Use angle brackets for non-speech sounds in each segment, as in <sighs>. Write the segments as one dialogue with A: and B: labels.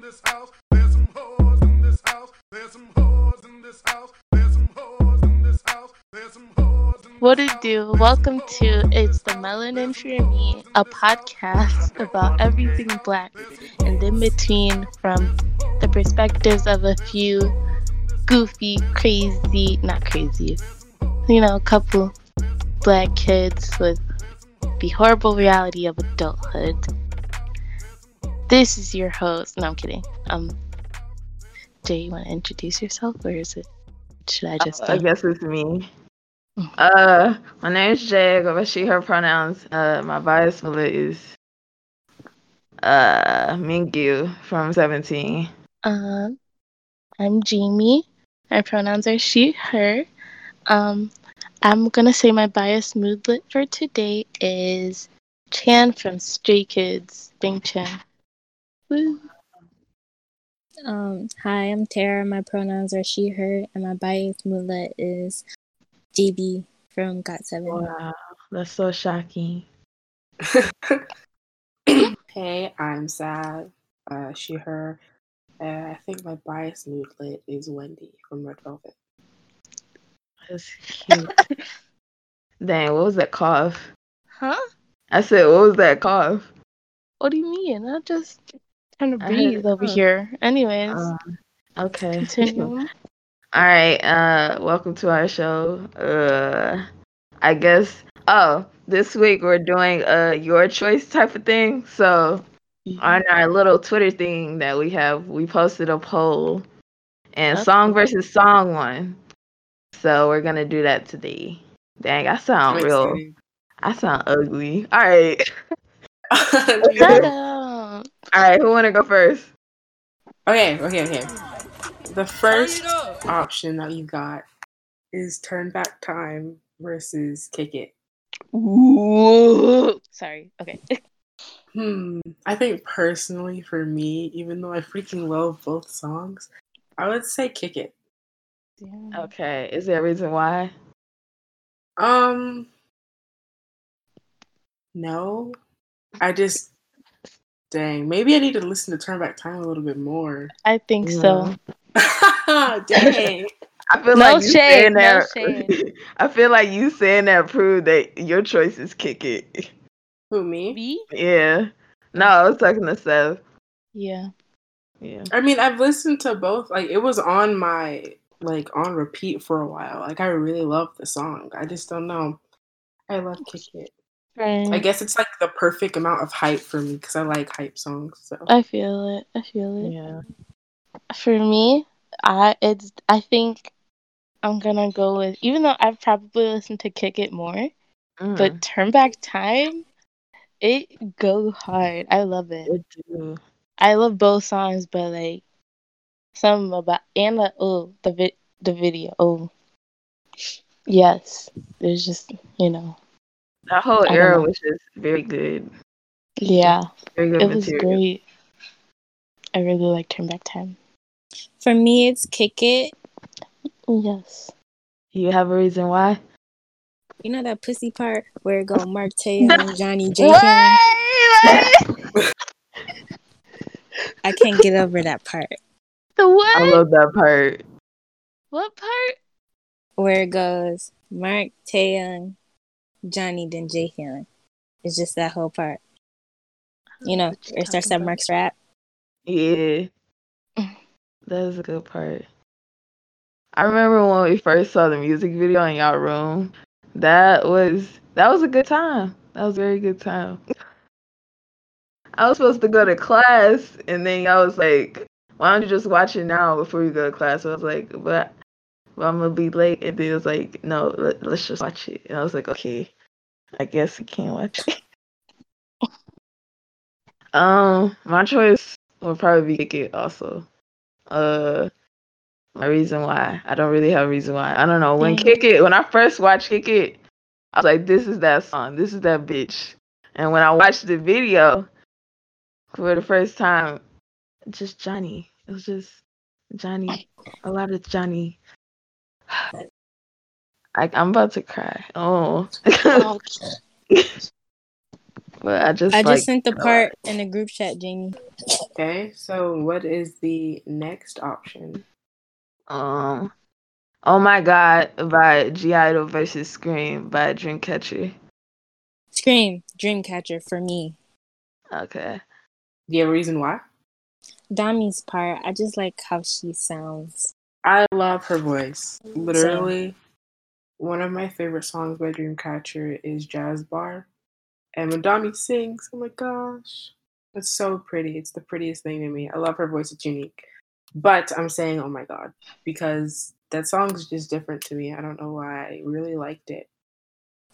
A: this house. There's some hoes in this house. There's some hoes in this house. There's some hoes in this house. There's some hoes in
B: What
A: this
B: it
A: house.
B: do?
A: There's
B: Welcome
A: some
B: to
A: hoes in
B: It's
A: this
B: the
A: house.
B: Melon
A: There's
B: and
A: some
B: Free Me,
A: hoes in
B: a
A: this house.
B: podcast about everything black and in between from the perspectives of a few goofy, crazy, not crazy, you know, a couple black kids with the horrible reality of adulthood. This is your host. No, I'm kidding. Um, Jay, you want to introduce yourself or is it? Should I just?
C: Uh, I
B: go?
C: guess it's <sighs> me. Uh, my name's Jay. I go by she, her pronouns. Uh, my bias bullet is uh Mingyu from 17.
B: Um, I'm Jamie. My pronouns are she, her. Um, I'm gonna say my bias moodlet for today is Chan from Stray Kids, Bing Chan. Woo.
D: Um, hi, I'm Tara. My pronouns are she, her, and my bias mullet is DB from Got7.
C: Wow, that's so shocking.
E: hey, I'm sad. Uh, she, her. Uh, I think my bias moodlet is Wendy from Red Velvet.
C: That's cute. <laughs> Dang, what was that cough?
B: Huh?
C: I said, what was that cough?
B: What do you mean? I'm just trying to
C: I heard
B: breathe
C: it
B: over
C: too.
B: here. Anyways,
C: Um, <laughs> okay.
B: continue.
C: <laughs> All right, uh, welcome to our show. Uh, I guess. Oh, this week we're doing a your choice type of thing. So on our little Twitter thing that we have, we posted a poll and
B: Okay.
C: song versus song one. So we're gonna do that today. Dang, I sound
E: I'm
C: real.
E: excited.
C: I sound ugly. All right,
E: <laughs>
B: Shut up.
C: all right. Who wanna go first?
E: okay, okay, okay. The first option that you got is Turn Back Time versus Kick It.
B: Woo. Sorry. Okay.
E: Hmm. I think personally for me, even though I freaking love both songs, I would say Kick It.
B: Mm.
C: Okay. Is there a reason why?
E: Um, no, I just dang. Maybe I need to listen to Turn Back Time a little bit more.
B: I think so.
E: dang.
C: I feel
B: No
C: like you
B: shade,
C: saying
B: no
C: that.
B: shade.
C: <laughs> I feel like you saying that proved that your choice is kick it.
E: <laughs>
C: <laughs>
E: Who me?
B: Me?
C: Yeah. No, I was talking to Seth.
B: Yeah.
C: Yeah.
E: I mean, I've listened to both. Like it was on my like on repeat for a while. Like I really love the song. I just don't know. I love Kick It.
B: Right.
E: I guess it's like the perfect amount of hype for me because I like hype songs. So
B: I feel it. I feel it.
C: Yeah.
B: for me, I it's I think I'm gonna go with even though I've probably listened to Kick It more,
C: Mm,
B: but Turn Back Time, it go hard. I love it.
C: it do.
B: I love both songs, but like some about and the oh the vi- the video oh yes, there's just you know
C: That whole
B: I don't
C: era
B: know.
C: was just very good.
B: yeah
C: Very good
B: it was
C: material.
B: great. I really like Turn Back Time.
D: For me, it's Kick It.
B: Yes.
C: You have a reason why?
D: You know that pussy part where it go Mark Taylor and Johnny J.
B: What?
D: Ham? I can't get over that part
B: The what?
C: I love that part.
B: what part? <laughs>
D: where it goes Mark Taylor, Johnny, then J. Ham. It's just that whole part. You know,
B: What you
D: where it starts
B: talking
D: at
B: about?
D: Mark's rap.
C: <laughs> Yeah. That was a good part. I remember when we first saw the music video in y'all room. That was that was a good time. That was a very good time. I was supposed to go to class and then y'all was like, Why don't you just watch it now before you go to class? I was like, But but I'm gonna be late and then it was like, No, let, let's just watch it and I was like, Okay, I guess we can't watch it. <laughs> um, my choice would probably be Kick It also. Uh my reason why. I don't really have a reason why. I don't know. When
B: Mm.
C: Kick It when I first watched Kick It, I was like, This is that song, this is that bitch. And when I watched the video for the first time, just Johnny. It was just Johnny. A lot of Johnny. I, I'm about to cry. Oh,
B: Oh,
C: <laughs> But Oh. I just
D: I
C: like,
D: just sent the
C: you know,
D: part in the group chat, Jamie.
E: Okay, so what is the next option?
C: Um, oh my god, by G Idol versus Scream by Dreamcatcher.
D: Scream, Dreamcatcher for me.
C: Okay.
E: Do you have a reason why?
D: Dami's part, I just like how she sounds.
E: I love her voice. Literally, one of my favorite songs by Dreamcatcher is Jazz Bar. And when Dami sings, oh my gosh, it's so pretty. It's the prettiest thing to me. I love her voice, it's unique. But I'm saying, oh my God, because that song's just different to me. I don't know why. I really liked it.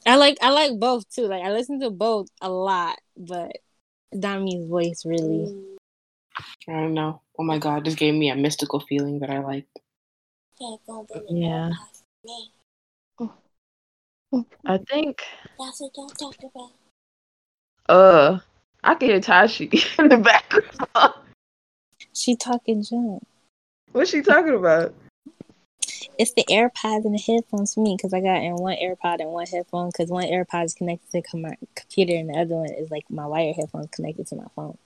D: I like I like both too. Like I listen to both a lot, but Dami's voice really.
E: I don't know. Oh my God, this gave me a mystical feeling that I liked.
C: Yeah. I think. Uh, I can hear Tashi <laughs> in the background. <laughs>
D: She talking junk.
C: What's she talking about?
D: It's the AirPods and the headphones for me because I got in one AirPod and one headphone because one AirPod is connected to com- my computer and the other one is like my wire headphones connected to my phone.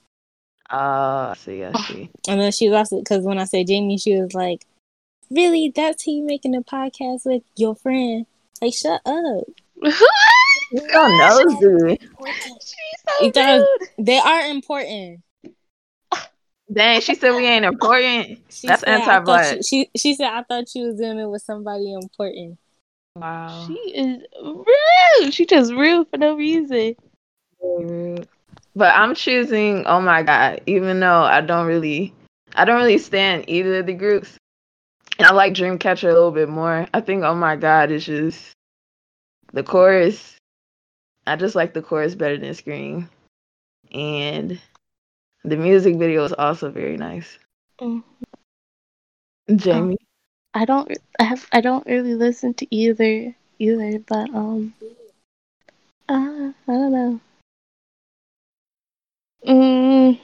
C: Oh, I see, I see.
D: And then she was also because when I said Jamie, she was like, "Really? That's who you making a podcast with your friend?" Like, shut up.
C: She's <laughs> so
B: <laughs>
C: nosy.
B: She's
D: You
B: so
D: thought-
B: good.
D: They are important.
C: Dang, she said we ain't important.
D: She
C: That's
D: said, I thought
C: anti-black.
D: you- She, she said, "I thought you was doing it with somebody important."
C: Wow.
B: She is rude. She just rude for no reason.
C: But I'm choosing. Oh my god! Even though I don't really, I don't really stand either of the groups, and I like Dreamcatcher a little bit more. I think. Oh my god! It's just the chorus. I just like the chorus better than Scream, and the music video is also very nice.
D: Mm.
B: Mhm.
C: Jamie,
B: I don't. I have. I don't really listen to either. Either, but um, uh, I don't know. Mm,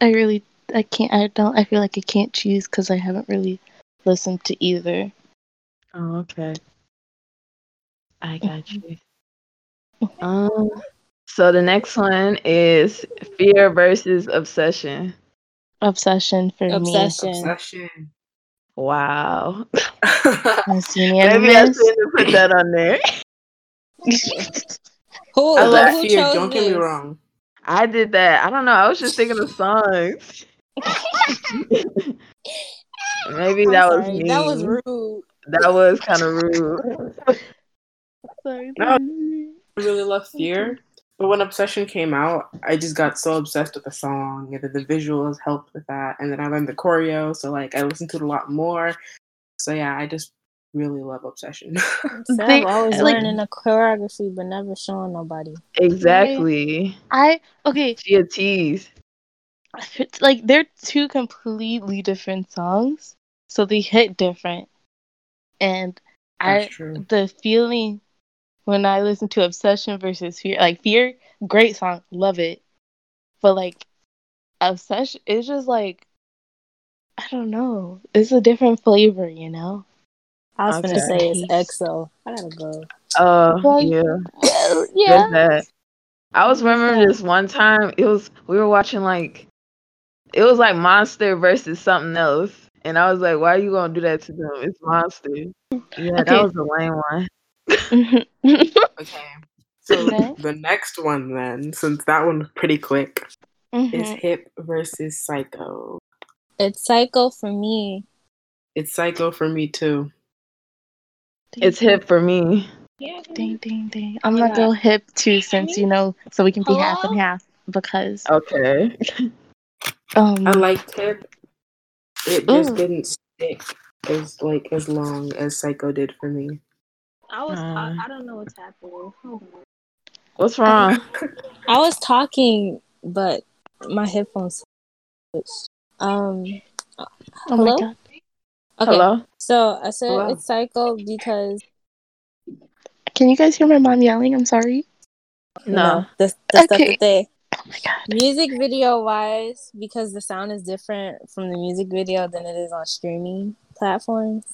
B: I really. I can't. I don't. I feel like I can't choose because I haven't really listened to either.
C: oh okay, I got you. Um, so the next one is Fear versus Obsession.
B: Obsession for
D: Obsession.
E: Obsession. <laughs>
C: Wow.
B: me. Miss
C: Maybe I
B: Unanimous.
C: shouldn't put that on there.
D: <laughs> Who?
E: I love
D: who
E: fear.
D: chose
E: Don't get me
D: this?
E: wrong.
C: I did that. I don't know. I was just thinking of
D: <laughs>
C: songs. Maybe
D: I'm
C: that was
D: sorry,
C: me.
D: That was rude.
C: That was kind of rude.
B: <laughs> Sorry.
E: No. I really love Fear, but when Obsession came out, I just got so obsessed with the song and then the visuals helped with that. And then I learned the choreo, so like I listened to it a lot more. So yeah, I just really love Obsession. <laughs>
D: So
B: They-
D: I'm always
C: like-
D: learning the choreography, but never showing nobody.
C: exactly.
B: I okay.
C: She a tease.
B: it's <laughs> like they're two completely different songs, so they hit different. And I
E: true.
B: the feeling when I listen to Obsession versus Fear, like Fear, great song, love it. But like Obsession it's just like I don't know. It's a different flavor, you know?
D: I was gonna
C: Okay.
D: say it's EXO. I gotta go.
C: Oh
B: Like,
C: yeah.
B: <laughs> Well,
C: There's
B: yeah.
C: that. I was remembering this one time. It was we were watching like it was like Monster versus something else, and I was like, "Why are you gonna do that to them? It's Monster." Yeah,
B: Okay.
C: that was the lame one.
B: Mhm.
E: Okay. So
B: Next.
E: the next one then, since that one was pretty quick, is
B: Mhm.
E: Hip versus Psycho.
D: It's Psycho for me.
E: It's Psycho for me too.
C: It's hip for me.
B: Ding ding ding. I'm gonna go hip too since you know so we can be half and half because
C: Okay.
B: um
E: I liked Hip. It just
B: Ooh.
E: didn't stick as like as long as Psycho did for me.
F: I was.
C: Uh.
F: I, I don't know what's happening. Hold on.
C: What's wrong?
D: I was talking, but my headphones. switched. Um.
B: oh
D: Hello?
B: my god.
D: Okay.
C: Hello?
D: So I said
E: Hello.
D: it's Psycho because
B: Can you guys hear my mom yelling? I'm sorry.
C: No.
D: you know, the, the stuff
B: Okay.
D: that they
B: Oh my god.
D: music video wise because the sound is different from the music video than it is on streaming platforms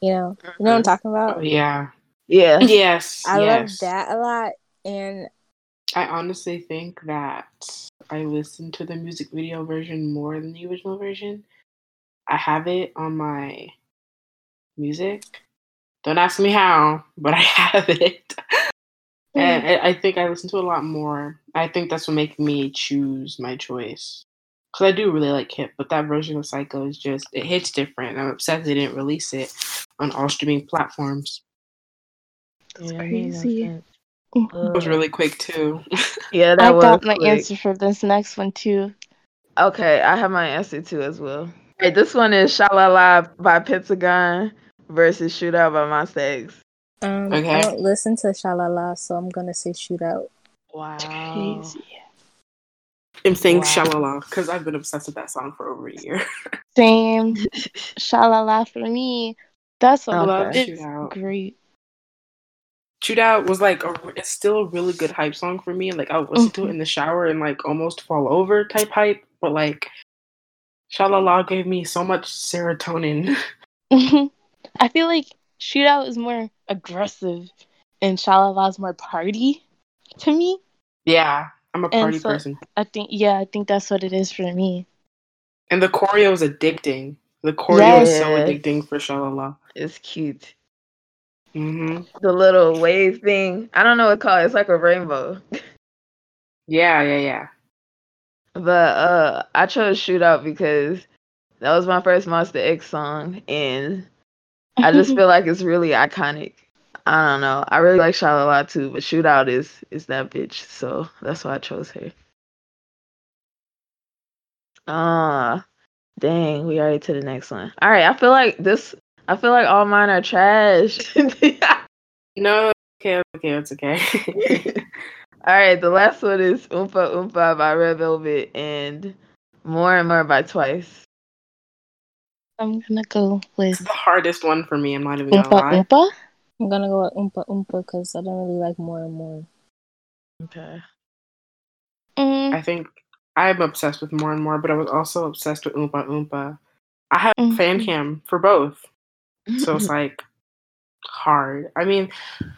D: you know you
A: Mm.
D: know what i'm talking
E: Oh
D: about
E: yeah.
C: Yeah.
E: Yes.
D: i
E: yes.
D: love that a lot and
E: I honestly think that I listened to the music video version more than the original version. I have it on my music. Don't ask me how, but <laughs> I have it.
C: Eh,
B: Mm.
E: and I I think I listen to it a lot more. I think that's what makes me choose my choice. Because I do really like Hip, but that version of Psycho is just, it hits different. I'm upset they didn't release it on all streaming platforms.
B: That's
C: Yeah, I mean, that's
B: crazy.
C: it.
E: It was
C: Uh,
E: really quick, too.
C: yeah, that
B: I
C: was
B: got my
C: quick.
B: answer for this next one too.
C: Okay, I have my answer too as well. All right, this one is Shalala by Pentagon versus Shootout by Monsta X.
D: Um,
E: Okay.
D: I don't listen to Shalala, so I'm gonna say Shootout.
E: <laughs>
C: Wow.
E: I'm saying
C: Wow.
E: Shalala because I've been obsessed with that song for over a year.
B: Same, shalala for me. That's
C: Okay.
B: what
E: Love
B: it's
E: Shootout.
B: great. <laughs>
E: Shoot Out was like a, it's still a really good hype song for me. Like I would listen
C: Mm-hmm.
E: to it in the shower and like almost fall over type hype, but like Shalala gave me so much serotonin. <laughs>
B: I feel like shootout is more aggressive, and shalala is more party to me.
E: yeah, I'm a
B: And
E: party
B: so-
E: person,
B: I think yeah, I think that's what it is for me.
E: and the choreo is addicting. The choreo is so
C: Yes.
E: addicting for Shalala.
C: It's cute.
E: hmm
C: The little wave thing. I don't know what it's called. It's like a rainbow.
E: Yeah, yeah, yeah.
C: But uh I chose Shootout because that was my first Monster X song and I just feel like it's really iconic. I don't know. I really like Shalala too, but Shootout is is that bitch. So that's why I chose her. Ah, dang, we already to the next one. All right, I feel like this I feel like all mine are trash. <laughs>
E: No, okay, okay, it's okay. <laughs>
C: All right, the last one is Oompa Oompa by Red Velvet and More and More by Twice.
B: I'm gonna go with
E: it's the hardest one for me. I'm not even gonna
B: Oompa
E: lie.
B: Oompa.
D: I'm gonna go with Oompa Oompa because I don't really like more and more. <laughs>
C: Okay.
B: Mm, <laughs>
C: <laughs>
E: I think I'm obsessed with more and more, but I was also obsessed with Oompa Oompa. I have
B: Mhm.
E: fan cam for both,
C: <laughs>
E: so <laughs> it's like hard. I mean, <sighs>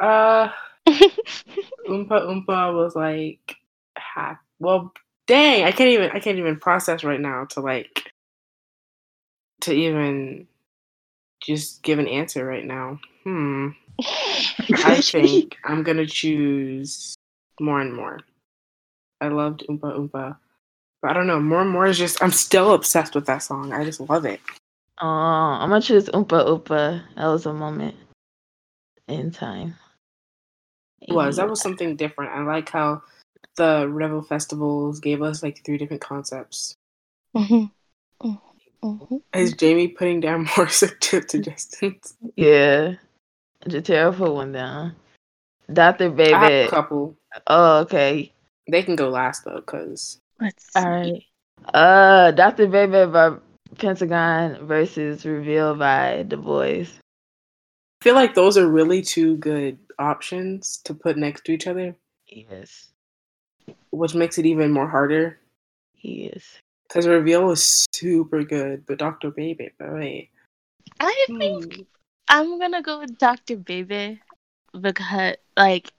E: uh,
B: Mm-hmm.
E: Oompa Oompa was like, ha- well, dang, I can't even, I can't even process right now to like, to even just give an answer right now. Hmm.
C: <laughs>
E: I think I'm gonna choose more and more. I loved Oompa Oompa. But I don't know, more and more is just I'm still obsessed with that song. I just love it.
C: Oh, I'm gonna choose Oompa Oompa. That was a moment in time.
E: It was. That was something different. I like how the Rebel Festivals gave us like three different concepts.
B: Mhm. Mhm. Mhm.
E: Is Jamie putting down <laughs> more suggestive suggestions?
C: Yeah. Jatera put one down. Dr.
E: I have
C: Baby.
E: a couple.
C: Oh, okay.
E: They can go last though, because
B: Let's see.
C: All right. Uh, Dr. Baby by Pentagon versus Reveal by Du Bois.
E: I feel like those are really two good options to put next to each other,
C: Yes.
E: which makes it even more harder.
C: He is.
E: Because Reveal was super good, but Dr. Baby, but wait.
B: I think
E: Hmm.
B: I'm gonna go with Dr. Baby because like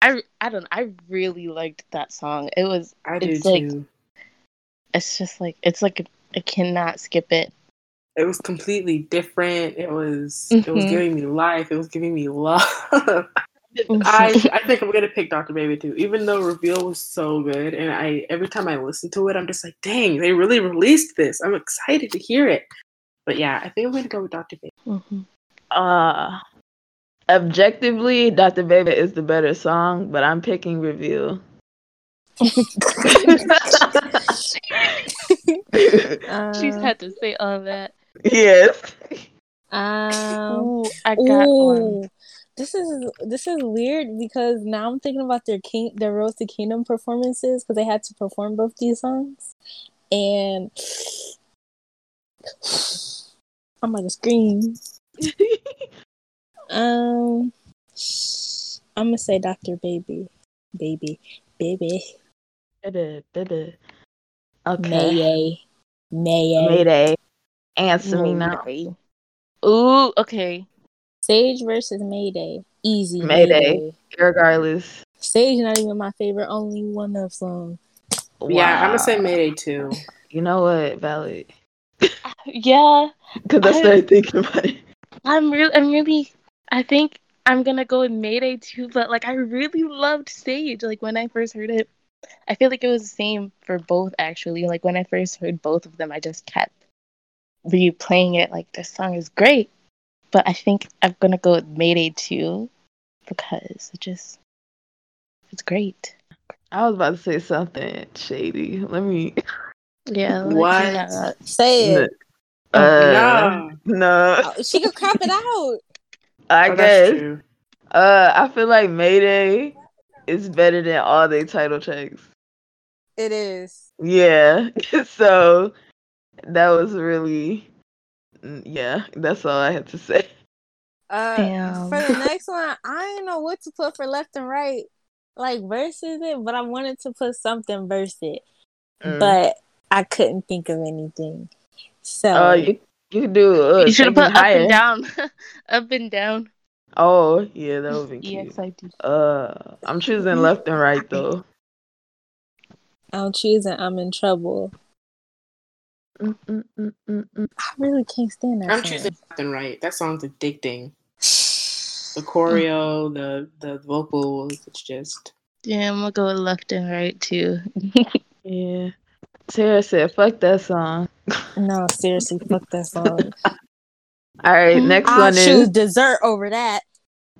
B: I I don't know, I really liked that song. It was
E: I do
B: It's
E: too.
B: like- it's just like it's like I cannot skip it.
E: it was completely different. It was it was
B: Mhm.
E: giving me life. It was giving me love. <laughs>
B: Mm-hmm. <laughs>
E: I <laughs> I think I'm gonna pick Dr. Baby too, even though Reveal was so good. And I every time I listen to it, I'm just like, dang, they really released this. I'm excited to hear it. But yeah, I think I'm gonna go with Dr. Baby.
B: Mhm.
C: Uh, objectively, Dr. Baby is the better song, but I'm picking
E: <laughs>
C: Reveal.
B: <laughs>
C: <laughs> <laughs>
B: She's
D: Uh,
B: had to say all that.
C: yes.
D: um,
E: Oh,
B: Ooh, I got one.
D: ooh, This is this is weird because now I'm thinking about their king their Road to Kingdom performances because they had to perform both these songs, and <sighs> I'm gonna scream. Um, I'm gonna say Doctor Baby, Baby, Baby,
C: Baby, baby. Okay.
D: Mayay, Mayay,
C: Mayday. Answer me now.
B: Mayday. Ooh, okay.
D: Sage versus Mayday, easy
C: Mayday.
D: Mayday.
C: Regardless.
D: Sage not even my favorite, only one of them.
E: Yeah, I'm
C: Wow.
E: gonna say Mayday too.
C: You know what? Valid.
B: Yeah,
C: Because I
B: I-
C: <laughs> started thinking about it.
B: I'm really, I'm really, I think I'm gonna go with Mayday too. But like, I really loved Sage. Like when I first heard it, I feel like it was the same for both. Actually, like when I first heard both of them, I just kept replaying it. Like this song is great, but I think I'm gonna go with Mayday too because it just it's great.
C: I was about to say something shady. Let me.
B: Yeah.
E: like, What?
D: Uh,
E: yeah.
C: <laughs>
D: Say it.
C: Uh, no.
D: Oh, She could crop it out.
C: I
E: Oh, that's
C: guess.
E: true.
C: Uh, I feel like Mayday is better than all their title tracks.
D: It is.
C: Yeah. <laughs> so that was really. mm, Yeah, that's all I had to say.
D: Uh,
B: Damn.
D: For
C: <laughs>
D: the next one, I didn't know what to put for left and right, like versus it, but I wanted to put something versus it,
C: Mm.
D: but I couldn't think of anything. So
C: <laughs> Uh, you you could do. Uh,
B: You should have
C: Take Me
B: put up
C: Higher.
B: and down, <laughs> up and down.
C: Oh yeah, that would be cute.
B: Yes, I do.
C: Uh, I'm choosing left and right though.
D: I'm choosing. I'm in trouble.
C: Mm, mm, mm, mm, mm.
D: I really can't stand that.
E: I'm
D: song.
E: choosing left and right. That song's addicting. The choreo, the the vocals, it's just
B: Yeah, I'm gonna go with left and right too.
C: Yeah. Sarah said, "Fuck that song."
D: No, seriously, fuck that song.
C: All right, next
D: I
C: one
D: choose
C: is
D: dessert over that.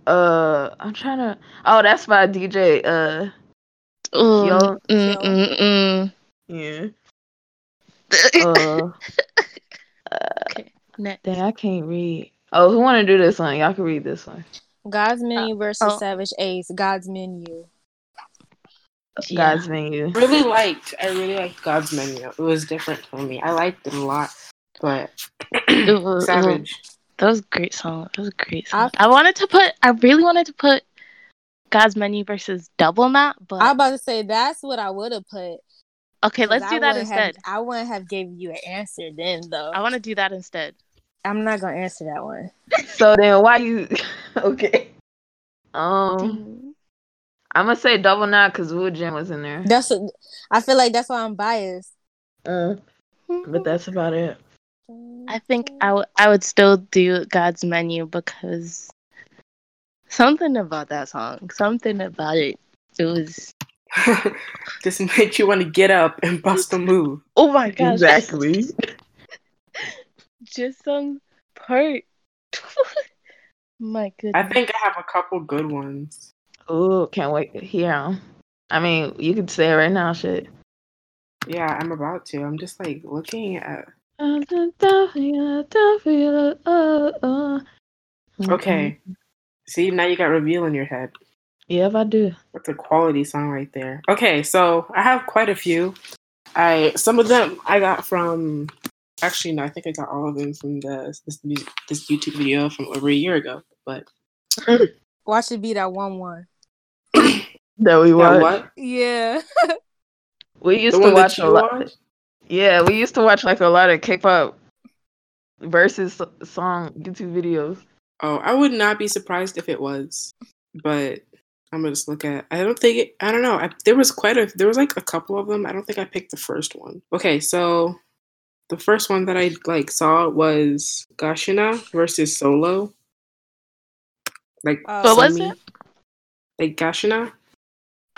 C: uh, I'm trying to. Oh, that's by DJ. Uh,
B: Oh,
C: Yo.
B: mm, mm, mm.
C: yeah.
B: Okay, <laughs>
C: Uh,
B: next.
C: dang, I can't read. Oh, who want to do this one? Y'all can read this one.
D: God's menu versus
B: oh.
D: Savage Ace. God's menu.
B: Yeah.
C: God's menu.
E: really liked. I really liked God's menu. It was different for me. I liked it a lot, but
B: It was- it
E: <clears throat>
B: was-
E: Savage. <laughs>
B: That was a great song. That was a great song. I wanted to put. I really wanted to put God's Menu versus Double Knot, but
D: I'm about to say that's what I would have put.
B: okay, let's
D: 'cause
B: do
D: I
B: that
D: wouldn't have-
B: instead.
D: I wouldn't have gave you an answer then, though.
B: I want to do that instead.
D: I'm not gonna answer that one.
C: So then, why you? <laughs> okay. Um, I'm gonna say double knot because Wu Jin was in there.
D: That's. What, I feel like that's why I'm biased.
C: Uh, but that's about it.
B: I think I, w- I would still do God's Menu because something about that song, something about it, it was.
E: this made you want to get up and bust a move.
B: Oh my gosh!
C: Exactly.
B: just some part. <laughs> My goodness.
E: I think I have a couple good ones.
C: Ooh, can't wait to hear 'em. I mean, you could say it right now, shit.
E: Yeah, I'm about to. I'm just like looking at.
C: Okay. Mm-hmm.
E: Okay, see now you got reveal in your head.
C: Yep, I do.
E: That's a quality song right there. Okay, so I have quite a few. I some of them I got from actually no, I think I got all of them from the this mu- this YouTube video from over a year ago. But
D: Watch it be that one one.
C: That we
E: That
C: watch.
E: what?
D: Yeah.
C: We used
E: The
C: to
E: one
C: watch
E: that
C: a
E: you
C: lot.
E: watched?
C: Yeah, we used to watch like a lot of K-pop versus s- song YouTube videos.
E: Oh, I would not be surprised if it was, but I'm gonna just look at. I don't think it, I don't know. I, there was quite a there was like a couple of them. I don't think I picked the first one. Okay, so the first one that I like saw was Gashina versus Solo. Like
D: Uh,
B: What was
E: Sunmi-
B: it?
E: Like Gashina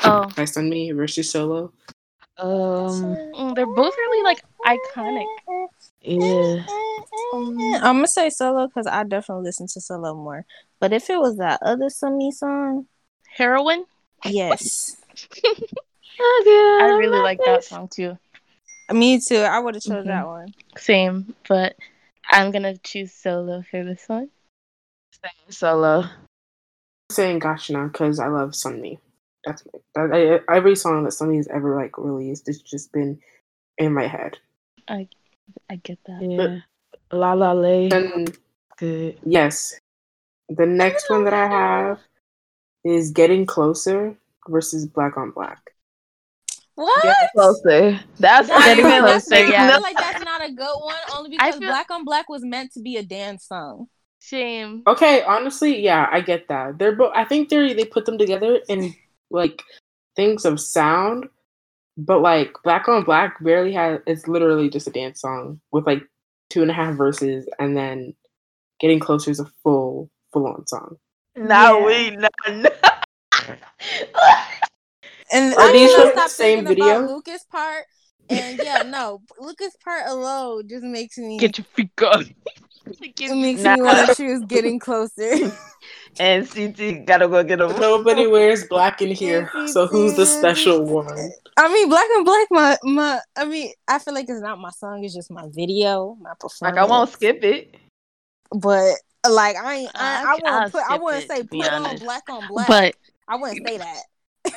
B: Oh,
E: by Sunmi versus Solo. Oh.
C: Um,
B: mm, they're both really like iconic.
C: yeah.
D: I'm gonna say solo because I definitely listen to solo more. But if it was that other Sunny song,
B: Heroin.
D: yes,
B: I
C: Oh
B: really like that song too.
D: me too. I would have chose
E: Mm-hmm.
C: Mhm.
D: that one.
B: Same, but I'm gonna choose solo for this one.
C: Solo.
E: saying Gashina because I love Sunmi. That's my, that, I, every song that Sunmi's ever like released. It's just been in my head.
B: I get that.
C: Yeah. La La Lay.
E: And
C: Good.
E: Yes. The next one that I have is Getting Closer versus Black on Black.
D: What?
C: Getting closer. That's
D: That's,
B: Getting
D: not- that's
B: Closer,
D: not-
B: yeah.
D: I feel like that's not a good one only because
B: feel-
D: Black on Black was meant to be a dance song.
B: Shame.
C: Oh,
E: Okay, honestly, yeah, I get that. They're both I think they are they put them together and like things of sound, but like Black on Black barely has. It's literally just a dance song with like two and a half verses, and then getting closer is a full full on song.
C: Now
F: Yeah.
C: we no, no.
D: And
E: Are
D: I
E: these
D: cannot
E: from the
D: stop
E: same
D: thinking about
E: video?
D: Lucas part. And yeah, <laughs> no, Lucas part alone just makes me
B: Get your freak on.
D: it makes
C: Nah.
D: me want to choose getting closer. <laughs>
C: and CT gotta go get him.
E: Nobody wears black in here, so who's the special one?
D: I mean, Black and Black, my my. I mean, I feel like it's not my song; it's just my video, my
C: Like
D: performance.
C: I won't skip it.
D: but like I ain't, I, I
B: I'll- I'll
D: wouldn't put, I
B: skip
D: wouldn't
B: it,
D: say
B: to be
D: put on
B: honest.
D: Black on Black.
B: But
D: I wouldn't say that.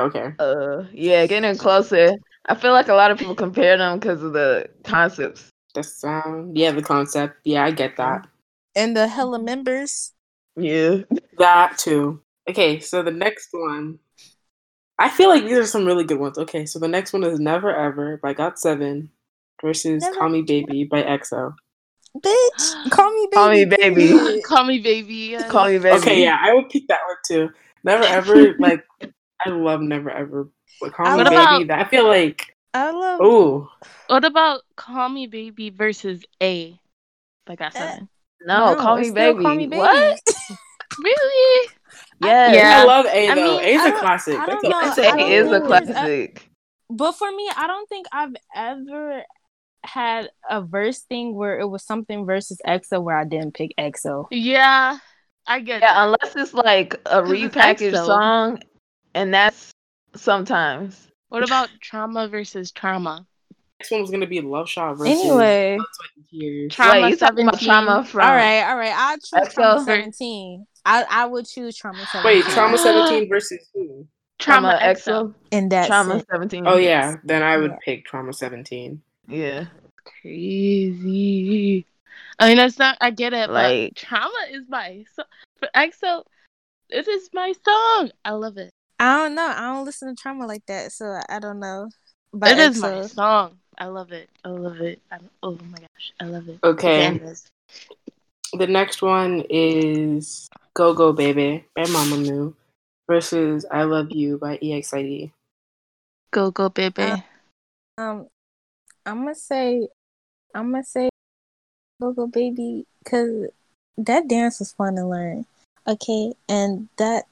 E: Okay.
C: Uh, yeah, getting closer. I feel like a lot of people compare them because of the concepts.
E: The sound. Yeah, the concept. Yeah, I get that.
D: And the hella members.
C: Yeah,
E: That too. Okay, so the next one. I feel like these are some really good ones. Okay, so the next one is Never Ever by Got7 versus
D: Never-
E: Call Me Baby by EXO.
D: Bitch, call me baby.
C: Call me baby.
D: period.
B: <laughs> call me baby. uh, yes.
C: call me baby.
E: Okay, yeah, I would pick that one too. Never Ever,
D: <laughs>
E: like, I love Never Ever. But Call Me
B: What
E: Baby,
B: about-
E: that, I feel like,
D: I love.
E: ooh,
B: What about call me baby versus A? Like I said,
C: Eh. No,
D: No,
C: call,
D: it's
C: me
D: still
C: baby. What?
B: really?
C: Yes.
B: Yeah.
E: I love A
B: I
E: though.
B: mean,
E: A's
D: I
E: a
D: don't-
E: classic.
D: I
E: That's
D: don't
E: a-
D: know.
C: Yes,
D: I don't
C: it is a
D: think there's a-
C: classic.
D: But for me, I don't think I've ever had a verse thing where it was something versus EXO where I didn't pick EXO.
B: Yeah, I get. that.
C: Yeah, um, unless it's like a
B: This is
C: repackaged
B: EXO.
C: song, and that's sometimes.
B: What about trauma versus trauma?
E: Next one was gonna be Love Shot versus
D: Anyway,
E: That's what you hear.
B: Trauma
C: Wait, you talking about
B: 17.
C: trauma from?
D: all right, all right. I choose
C: EXO.
D: Trauma Seventeen. I I would choose Trauma Seventeen.
E: Wait, Trauma Seventeen versus who?
B: Trauma, EXO.
C: EXO.
D: and that's
C: Trauma
D: it.
C: seventeen.
E: Oh yeah, then I would
D: Yeah.
E: pick Trauma Seventeen.
C: Yeah.
B: Crazy. I mean, that's not. I get it.
C: Like-
B: Like trauma is my. So, but EXO, this is my song. I love it.
D: I don't know. I don't listen to Trauma like that, so I- I don't know. But
B: It is my
D: EXO.
B: song. I love it. I love it. I'm, oh my gosh, I love it.
E: Okay.
B: Bananas.
E: The next one is Go Go Baby by Mamamoo versus I Love You by E EXID.
B: Go go baby.
D: Uh, Um, I'm gonna say, I'm gonna say, Google Baby, cause that dance was fun to learn. Okay, and that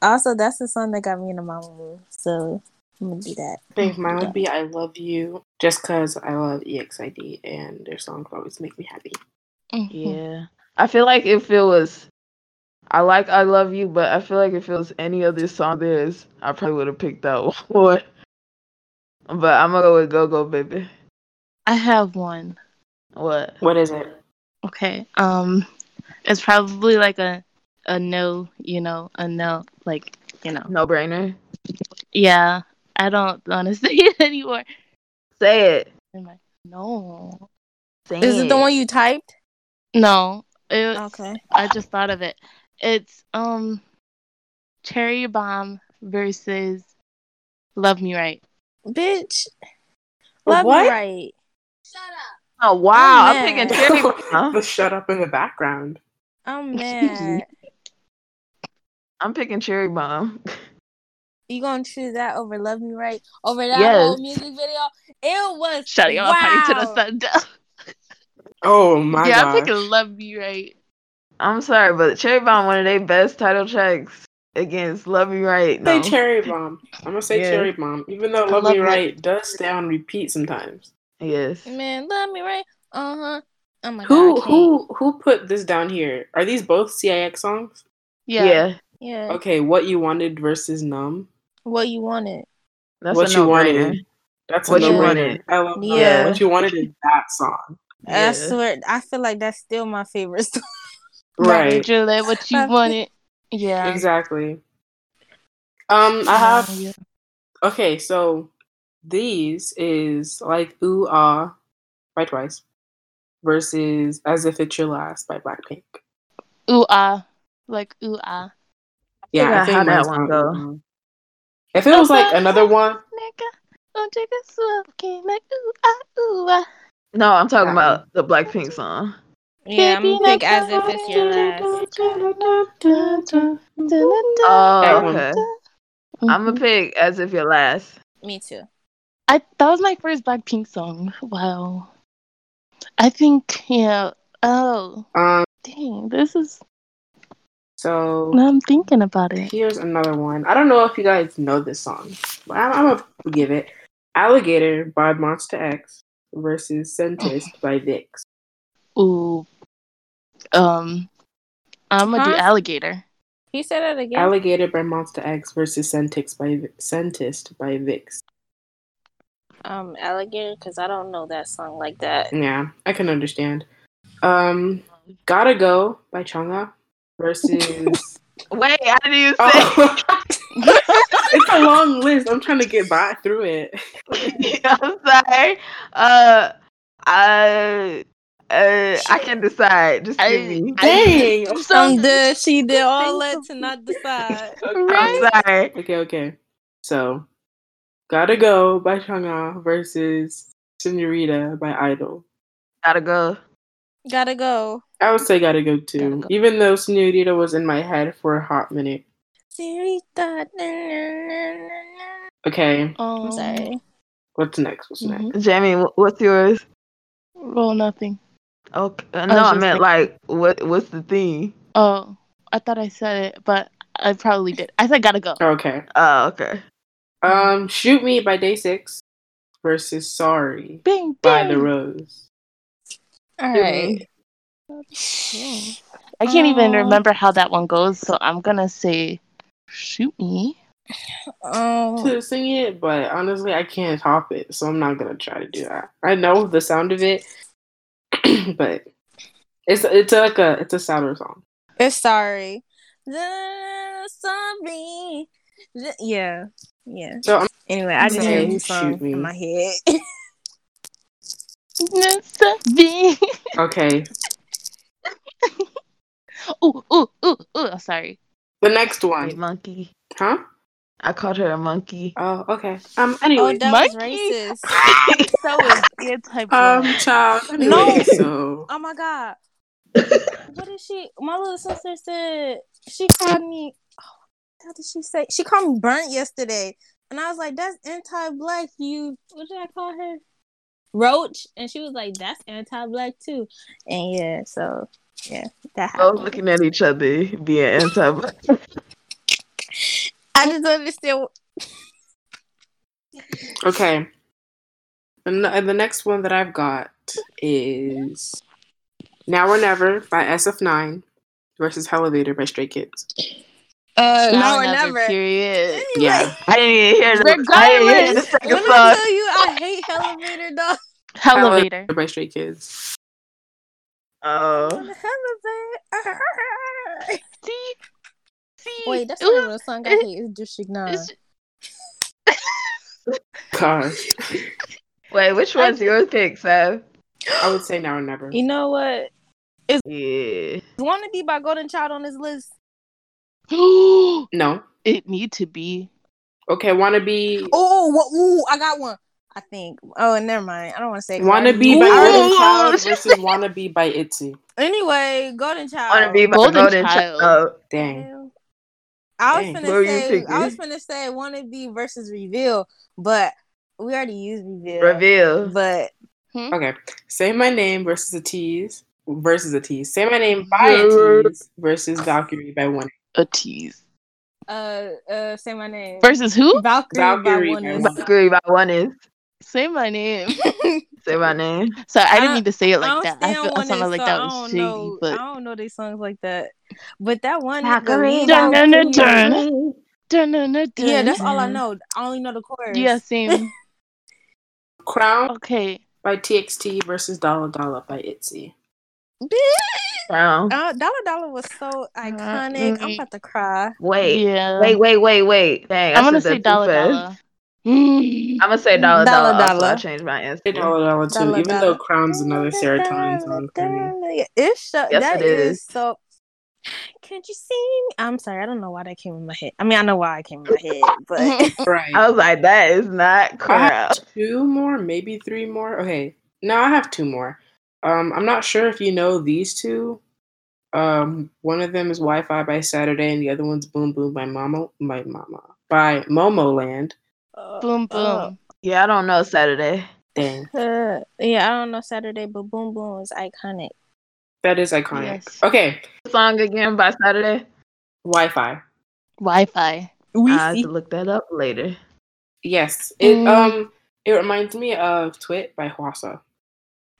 D: also that's the song that got me into Mama Move, so I'm gonna do that.
E: I think mine would be I Love You just because I love EXID and their songs always make me happy.
B: Mhm.
C: Yeah. I feel like if it was, I like I love you, but I feel like if it was any other song theirs, I probably would have picked that <laughs> one. but I'm gonna go with Go Go Baby.
B: I have one.
C: What?
E: What is it?
B: Okay. Um, it's probably like a a no. You know, a no. Like you know.
C: No brainer.
B: Yeah. I don't want to say it <laughs> anymore.
C: Say it.
B: I'm like, no.
C: Say
D: Is it the one you typed?
B: No. It,
D: Okay.
B: I just thought of it. It's um Cherry Bomb versus Love Me Right.
D: Bitch. Love
E: What?
D: me right.
C: Oh wow! I'm picking
D: man.
C: Cherry
E: <laughs>
C: Bomb.
E: the shut up in the background.
D: I'm mad.
C: I'm picking Cherry Bomb.
D: you gonna choose that over Love Me Right over that
C: Yes.
D: whole music video? It was
B: Shutting
D: wow.
B: up party to the sun <laughs> down.
E: Oh my
B: yeah,
E: god.
B: I'm picking Love Me Right.
C: I'm sorry, but Cherry Bomb one of their best title tracks against Love Me Right.
E: say
C: No.
E: cherry bomb. I'm gonna say
C: Yeah.
E: cherry bomb, even though Love,
B: love
E: Me
B: it.
E: Right does stay on repeat sometimes.
C: yes.
D: Man, Love Me Right. Uh huh. Oh my
E: Who
D: god. I can't.
E: who who put this down here? Are these both CIX songs?
B: Yeah.
D: Yeah.
E: Okay, what you wanted versus numb.
D: What you wanted?
C: That's
E: what
C: a
E: you
C: no-brainer.
E: wanted. That's
C: What
E: a
D: You
E: no-brainer.
C: Wanted.
E: I love that.
D: Yeah.
E: What you wanted is that song.
C: Yeah.
D: I swear, I feel like that's still my favorite. <laughs> song.
E: Right.
B: Juliet, what you
D: Love Me-
B: wanted. Yeah.
E: Exactly. Um,
C: Uh,
E: I have okay. So these is like ooh ah by Twice versus as if it's your last by Blackpink.
B: Ooh ah. Like ooh ah.
E: Yeah,
C: Yeah,
E: I think
C: how'd that
E: mine's
C: one
E: not
C: go?
E: Uber. If it was like another one,
B: Nigga, don't take a swap, can't like ooh ah, ooh ah.
C: No, I'm talking
E: Yeah.
C: about the Blackpink song.
D: Yeah, I'm
B: Baby,
D: gonna pick
B: not
D: as
B: the
D: if it's your
B: one.
D: last.
B: Da, da, da,
C: Oh,
E: That one.
C: okay. I'm
D: Mm-hmm.
C: gonna pick as if you're last.
D: Me too.
B: I that was my first Blackpink song. Wow. I think yeah. Oh
E: Um,
B: dang, this is.
E: so
B: Now I'm thinking about it.
E: here's another one. I don't know if you guys know this song, but I'm, I'm gonna give it. Alligator by Monster X versus Sentist by Vix.
B: Ooh. Um, I'm gonna do
D: Huh?
B: alligator.
D: He said it again.
E: Alligator by Monster X versus Centix by Vi- Centist by Vix.
D: um, alligator, because I don't know that song like that.
E: Yeah, I can understand. Um, Gotta Go by Chunga versus. <laughs>
C: Wait, I didn't even say.
E: oh, <laughs> it's a long list. I'm trying to get by through it.
D: <laughs>
C: <laughs> I'm sorry. Uh, I, uh, I can decide. Just give me.
B: I-
E: Dang. I'm
D: Some did she did all that to
E: <laughs>
D: not decide.
C: I'm sorry.
E: Okay, okay. So, Gotta Go by Chunga versus Senorita by Idol.
C: Gotta go.
D: Gotta go.
E: I would say Gotta Go too,
B: Gotta Go.
E: even though Senorita was in my head for a hot minute.
D: Senorita.
E: Okay,
B: Um,
D: I'm sorry.
E: what's next? What's next?
B: mhm.
C: Jamie, wh- what's yours?
B: Roll nothing.
C: Okay. uh,
B: was
C: No, I
B: just
C: meant like, what? What's the theme?
B: Oh, I thought I said it, but I probably did. I said gotta go.
E: Okay.
C: Oh, okay.
E: Um, Shoot Me by Day Six versus Sorry
B: Bing, bing.
E: by The Rose.
D: All
C: Shoot
D: right.
C: me.
B: I can't even
D: Um,
B: remember how that one goes, so I'm gonna say shoot me. <laughs>
D: Um,
B: Oh.
E: <laughs> To sing it, but honestly, I can't top it, so I'm not gonna try to do that. I know the sound of it, <clears throat> but it's it's like a it's a sadder song.
D: it's sorry. Sorry. Yeah. Yeah.
E: So I'm
D: Anyway, I just
E: Okay,
D: heard this
E: shoot
D: song
E: me.
D: in my head.
B: Mr. B.
E: okay.
B: ooh, ooh, ooh, ooh. I'm sorry.
E: The next
C: Wait,
E: one,
C: monkey.
E: huh?
C: I called her a <laughs> monkey.
E: Oh, okay. Um.
D: <laughs> oh, <laughs>
E: Anyway,
D: that was
B: Monkey.
D: racist.
B: That
D: <laughs>
B: was anti
E: um, child. Anyway,
D: No.
E: so
D: Oh my god. what did she? My little sister said she called me. Oh, how did she say? She called me burnt yesterday, and I was like, "That's anti-black." You what did I call her? Roach, and she was like, "That's anti-black too." And yeah, so yeah,
C: Both
D: that happened.
C: looking at each other, being anti.
D: I just don't understand.
E: okay. The, n- uh, the next one that I've got is Now or Never by SF9 versus Elevator by Stray Kids.
D: Uh,
B: Now
D: no,
B: or
D: or never.
B: Period.
D: Anyway,
E: Yeah.
C: I didn't even hear the. I didn't even hear the
B: Regardless,
C: second
D: When I
C: song.
D: tell you I hate elevator dog,
B: Elevator.
E: By Stray Kids.
C: Oh.
D: <laughs> elevator.
B: See, see.
D: Wait, that's
B: it
D: not a
B: was-
D: real song I hate. It's District Nine.
B: it's-
E: Gosh.
C: Wait, which one's yours pick, Seth?
E: I would say Now or Never.
D: You know what?
C: Yeah.
D: Wanna be by Golden Child on this list.
E: No.
B: <gasps> it need to be.
E: Okay, Wannabe.
D: Oh, what? Ooh, I got one. I think. Oh, never mind. I don't want to say. it 'cause I already
E: Wannabe
D: knew
E: by
D: it.
E: Golden
C: Ooh.
E: Child versus Wannabe by ITZY.
D: Anyway, Golden Child.
C: want to be my
B: Golden
C: golden,
B: Child.
C: child.
E: Dang.
D: Damn. I was
E: Dang.
D: gonna
C: What were you
D: say. I was
C: thinking?
D: gonna say wannabe versus reveal, but we already used reveal.
C: Reveal.
D: But
E: Okay. Say My Name versus a Tease. Versus a Tease. Say My Name by
C: Yeah.
E: a Tease versus Valkyrie by One.
B: A tease.
D: uh, uh, say my name.
B: Versus who?
D: Valkyrie,
E: Valkyrie
D: by one.
E: and One.
D: <laughs>
C: Valkyrie by one is.
B: Say my name. <laughs>
C: Say my name.
B: Sorry, I,
D: I
B: didn't
D: don't-
B: mean to say it
D: I
B: like
D: don't
B: that. I
D: stand
B: felt
D: one
B: something like
D: so
B: that
D: I
B: was
D: don't
B: shady,
D: know. I
B: but
D: don't know these songs like that. But that one, nigga,
C: Valkyrie
D: leave
B: Dun, dun,
D: out
B: dun,
D: King.
B: dun. <laughs> dun, dun, dun,
D: Yeah,
B: dun.
D: that's all I
C: Mhm.
D: know. I only know the chorus.
B: Yeah, same.
D: <laughs>
E: Crown
B: Okay.
E: by TXT versus Dollar Dollar by ITZY.
C: Crown.
D: Uh, Dollar Dollar was so iconic. I'm
B: mm.
D: about to cry.
C: Wait.
B: Yeah.
C: Wait, wait, wait, wait. Dang,
B: I'm
C: I
B: gonna say
C: said that too
B: dollar
C: fast.
B: dollar. Mm.
C: I'm gonna say dollar
D: Dollar
C: dollar. Also, I
D: Dollar.
C: changed my answer.
E: Say Dollar Dollar too,
D: Dollar
E: even
D: Dollar.
E: though Crown's another serotonin song for me.
D: It's so,
C: Yes,
D: that
C: it is.
D: is so. Can't you sing? I'm sorry, I don't know why that came in my head. I mean, I know why it came in my head, but <laughs>
E: Right.
D: Oh,
C: I was like, that is not
E: I
C: crap.
E: have two more, maybe three more. Okay. No, I have two more. Um, I'm not sure if you know these two. Um, one of them is Wi Fi by Saturday and the other one's Boom Boom by Mama by Mama. by Momoland.
B: <laughs> Boom, boom.
D: Uh,
C: Yeah, I don't know Saturday.
E: Dang,
D: uh, yeah, I don't know Saturday, but Boom Boom is iconic.
E: that is iconic.
B: Yes.
E: Okay,
C: Song again by Saturday.
E: Wi-Fi.
B: Wi Fi.
D: We
C: I have to look that up later.
E: Yes, it
D: Mm.
E: um it reminds me of Twit by Hwasa.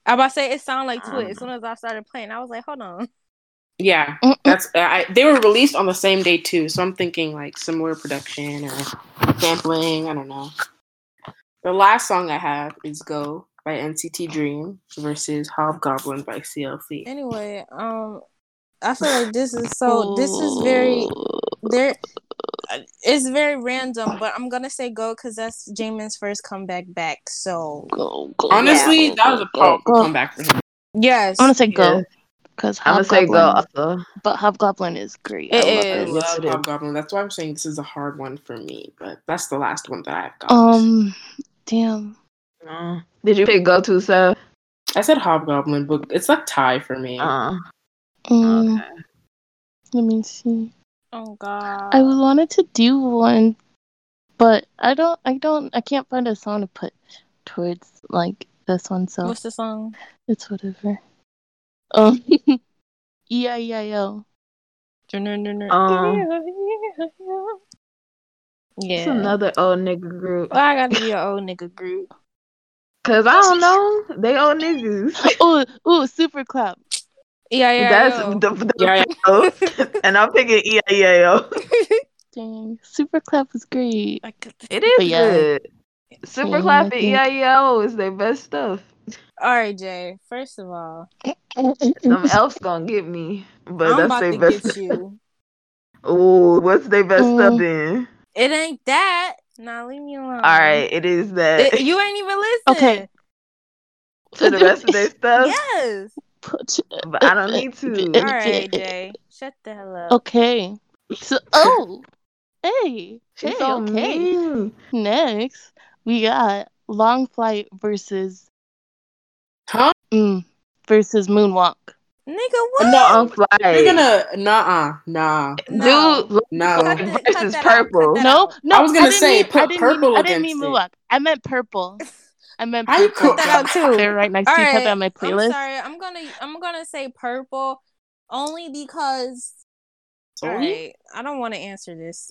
D: I about to say it sounded like Twit.
C: Um.
D: As soon as I started playing, I was like, hold on.
E: Yeah, that's I, they were released on the same day too, so I'm thinking like similar production or sampling. I don't know. The last song I have is "Go" by NCT Dream versus "Hobgoblin" by CLC.
D: Anyway, um, I feel like this is so. This is very there. It's very random, but I'm gonna say go because that's Jamin's first comeback back. So
B: Go, go,
E: Honestly,
B: go,
E: that was a
B: go,
E: powerful
B: go.
E: comeback for him.
D: yes,
B: I'm gonna say go
C: Yeah.
B: because
C: I'm gonna say go.
B: Hobgoblin.
C: Also.
B: But Hobgoblin is great. I
D: It
B: love
E: I
D: is.
B: it.
C: yes,
E: love
C: it is.
E: Hobgoblin. That's why I'm saying this is a hard one for me, but that's the last one that I've got.
B: Um, damn.
C: Uh, did you pick go to so?
E: I said Hobgoblin, but it's like tie for me.
C: Uh,
B: Mm, Let me see.
D: Oh God.
B: I wanted to do one, but I don't. I don't. I can't find a song to put towards like this one. So
D: What's the song?
B: it's whatever. Um, <laughs> E yeah, yeah, yo.
C: Um, It's
D: Yeah.
C: another old nigga group.
D: Well, I gotta be an old nigga group.
C: Cause I don't know, they old niggas.
B: Ooh, ooh, super clap.
D: Yeah, <laughs> yeah.
C: That's
D: yo.
C: the, the
D: <laughs>
E: Yeah,
C: <laughs> and I'm E picking EIEO.
B: Dang, super clap was great.
D: I got the-
C: It is
B: But yeah.
C: good. Super E
B: Same,
C: Clap
B: I
C: and
B: think.
C: EIEO is their best stuff.
D: All right, Jay. First of all,
B: <laughs>
C: Some elf's gonna get me, but
D: I'm
C: that's
D: about
C: their
D: to
C: best.
D: get you.
C: Ooh, what's their best
B: Mm.
C: stuff then?
D: It ain't that. Nah, leave me alone.
C: All right, it is that.
D: <laughs> It- you ain't even listening.
B: Okay.
C: <laughs>
B: Oh.
C: to the rest of their stuff,
D: Yes.
B: Put-
C: but I don't need to.
D: All <laughs>
B: All
D: right, Jay. Shut the hell up.
B: Okay.
E: <laughs>
B: So, oh, hey,
C: She's
B: hey,
C: so
B: okay.
C: mean.
B: Next, we got long flight versus
E: Huh?
B: mm, versus moonwalk.
D: Nigga, what?
C: Long flight.
E: You're gonna nah nah
D: No.
C: Dude,
E: no.
D: Cut the- cut
C: versus
D: that out, cut
C: purple.
D: that
B: No,
D: out.
B: no,
E: I was gonna
B: didn't
E: say,
B: mean-
E: put
B: I didn't
E: purple
B: mean, I didn't mean
E: against it.
B: moonwalk. I meant
E: <laughs>
B: purple. I meant
E: How you
B: purple.
E: cut
D: Cut that out too.
B: They're right next
D: All
B: to each
D: right.
B: other on my playlist.
D: I'm sorry. I'm gonna I'm gonna say purple only because all right, I don't want to answer this.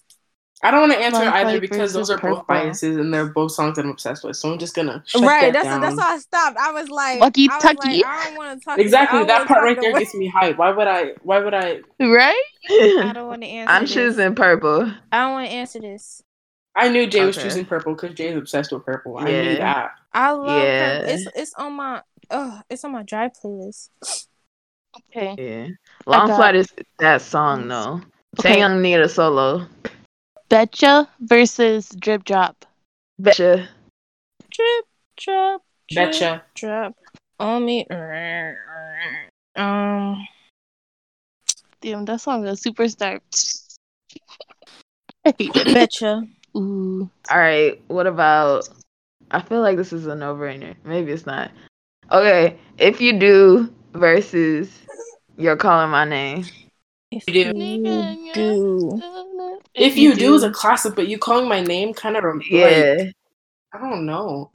E: I don't want to answer
B: Long
E: either
B: Flight
E: because those
B: versus
E: are both
B: Purple.
E: biases and they're both songs that I'm obsessed with. So I'm just gonna shut
D: right.
E: that
D: that's
E: down.
D: that's why I stopped. I was like,
B: Walkie
D: I was
B: talkie.
D: like, I don't want to talk.
E: exactly
D: I
E: that
D: wanna
E: part
D: talk
E: right
D: to
E: there
D: Will.
E: gets me hype. Why would I? Why would I?
B: Right?
C: <laughs>
D: I don't want to answer.
C: I'm
D: this.
C: choosing purple.
D: I don't want to answer this.
E: I knew Jay was
C: Okay.
E: choosing purple because Jay's obsessed with purple. I
C: Yeah.
E: knew that.
D: I love
C: Yeah.
D: purple. It's it's on my oh it's on my dry playlist.
B: Okay.
C: Yeah. Long
B: got-
C: flight is that song though.
B: Okay.
C: Taeyong need a solo.
B: Betcha versus drip drop.
C: Betcha.
D: Drip drop. drip,
E: Betcha.
D: Drop on me. Um.
B: Damn, that song is a superstar. <laughs> I hate it.
D: Betcha.
B: Ooh.
C: All right. What about? I feel like this is a no-brainer. Maybe it's not. Okay. If you do versus, you're calling my name.
D: If
E: You do.
B: Nigga,
D: do.
E: If you do is a classic, but you calling my name kind of rem-
C: Yeah.
E: like I don't know.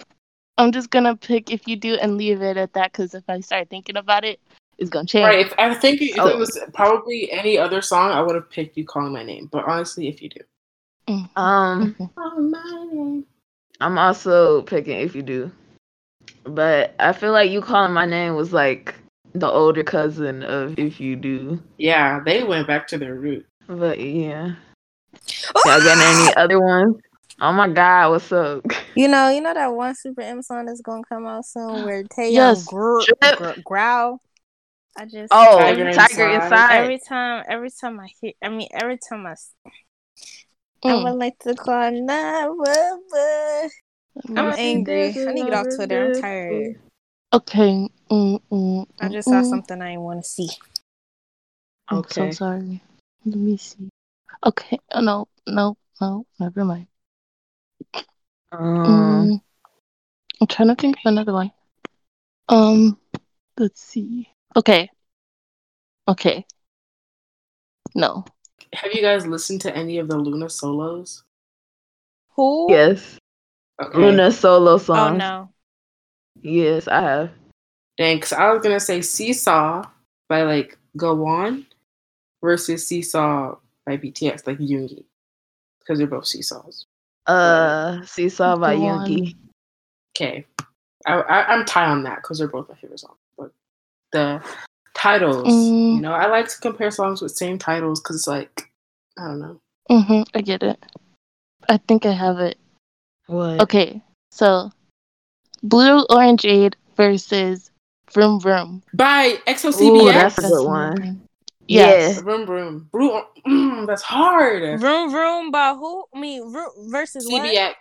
B: I'm just gonna pick if you do and leave it at that because if I start thinking about it, it's gonna change.
E: Right? If I think if
C: Oh.
E: it was probably any other song, I would have picked you calling my name. But honestly, if you do,
C: um.
E: Call my name.
C: I'm also picking if you do, but I feel like you calling my name was like the older cousin of if you do.
E: Yeah, they went back to their root.
C: But yeah. Y'all got
B: <gasps>
C: any other ones? Oh my God.
B: <laughs>
C: What's up?
D: You know, you know that one Super M song that's gonna come out
B: <gasps>
D: soon where Taeyong
B: Yes.
D: gr-
C: Drip.
D: gr- growl. I just
C: Oh,
E: Tiger
C: Tiger,
E: Inside.
C: inside.
D: every time, every time I hear, I mean, every time I, s- I
B: Mm.
D: would like to call nine one one.
B: mm,
D: I'm angry. I need to get off Twitter. I'm tired.
B: Okay. Mm, mm,
D: I
B: mm,
D: just saw
B: mm.
D: something I didn't want to see.
B: I'm
E: Okay.
B: so sorry. Let me see. Okay. Oh, no, no, no. Never mind.
E: Uh-huh.
C: Um,
B: Mm. I'm trying to think of another one. Um, let's see. Okay. Okay. No.
E: Have you guys listened to any of the Luna solos?
D: Who?
C: Yes.
E: Okay.
C: Luna solo
B: Oh
C: song.
B: no.
C: Yes, I have.
E: Thanks. I was gonna say Seesaw by like Go On versus Seesaw by BTS, like Yoongi, because they're both Seesaws.
C: Uh Seesaw by
B: Go on.
C: Yuki.
E: Okay, I, I, I'm tied on that because they're both my favorite songs. But the
C: Eh.
E: titles,
B: Mm.
E: you know, I like to compare songs with same titles because it's like I don't know.
B: Mm-hmm. I get it. I think I have it.
C: What?
B: Okay, so Blue Orangeade versus Vroom Vroom.
E: By
C: Ooh, that's a
E: XOCBS.
C: good one.
B: amazing. Yes.
E: Vroom vroom. <clears throat> Brew, mm, that's hard.
D: Room Room by who? I mean, Vroom versus what?
E: CBX.